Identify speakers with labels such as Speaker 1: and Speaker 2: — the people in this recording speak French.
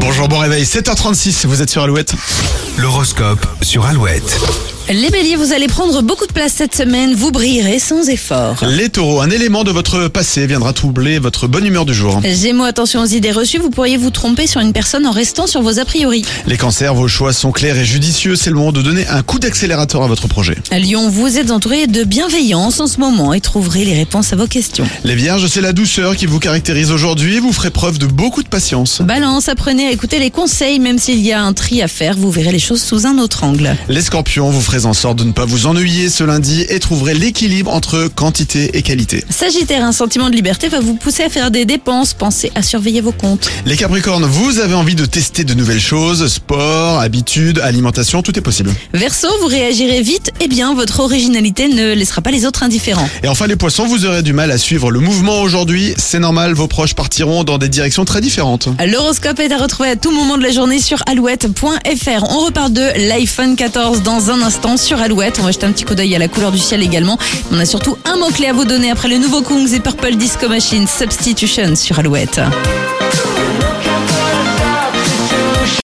Speaker 1: Bonjour, bon réveil, 7h36, vous êtes sur Alouette.
Speaker 2: L'horoscope sur Alouette.
Speaker 3: Les béliers, vous allez prendre beaucoup de place cette semaine, vous brillerez sans effort.
Speaker 1: Les taureaux, un élément de votre passé viendra troubler votre bonne humeur du jour.
Speaker 3: Gémeaux, attention aux idées reçues, vous pourriez vous tromper sur une personne en restant sur vos a priori.
Speaker 1: Les cancers, vos choix sont clairs et judicieux, c'est le moment de donner un coup d'accélérateur à votre projet.
Speaker 3: Lyon, vous êtes entouré de bienveillance en ce moment et trouverez les réponses à vos questions.
Speaker 1: Les vierges, c'est la douceur qui vous caractérise aujourd'hui, vous ferez preuve de beaucoup de patience.
Speaker 3: Balance, apprenez à écouter les conseils, même s'il y a un tri à faire, vous verrez les choses sous un autre angle.
Speaker 1: Les scorpions, vous ferez en sorte de ne pas vous ennuyer ce lundi et trouverez l'équilibre entre quantité et qualité.
Speaker 3: Sagittaire, un sentiment de liberté va vous pousser à faire des dépenses, pensez à surveiller vos comptes.
Speaker 1: Les capricornes, vous avez envie de tester de nouvelles choses, sport, habitudes, alimentation, tout est possible.
Speaker 3: Verseau, vous réagirez vite, eh bien votre originalité ne laissera pas les autres indifférents.
Speaker 1: Et enfin les poissons, vous aurez du mal à suivre le mouvement aujourd'hui, c'est normal, vos proches partiront dans des directions très différentes.
Speaker 3: L'horoscope est à retrouver à tout moment de la journée sur alouette.fr. On repart de l'iPhone 14 dans un instant sur Alouette. On va jeter un petit coup d'œil à la couleur du ciel également. On a surtout un mot-clé à vous donner après le nouveau Kungs et Purple Disco Machine Substitution sur Alouette.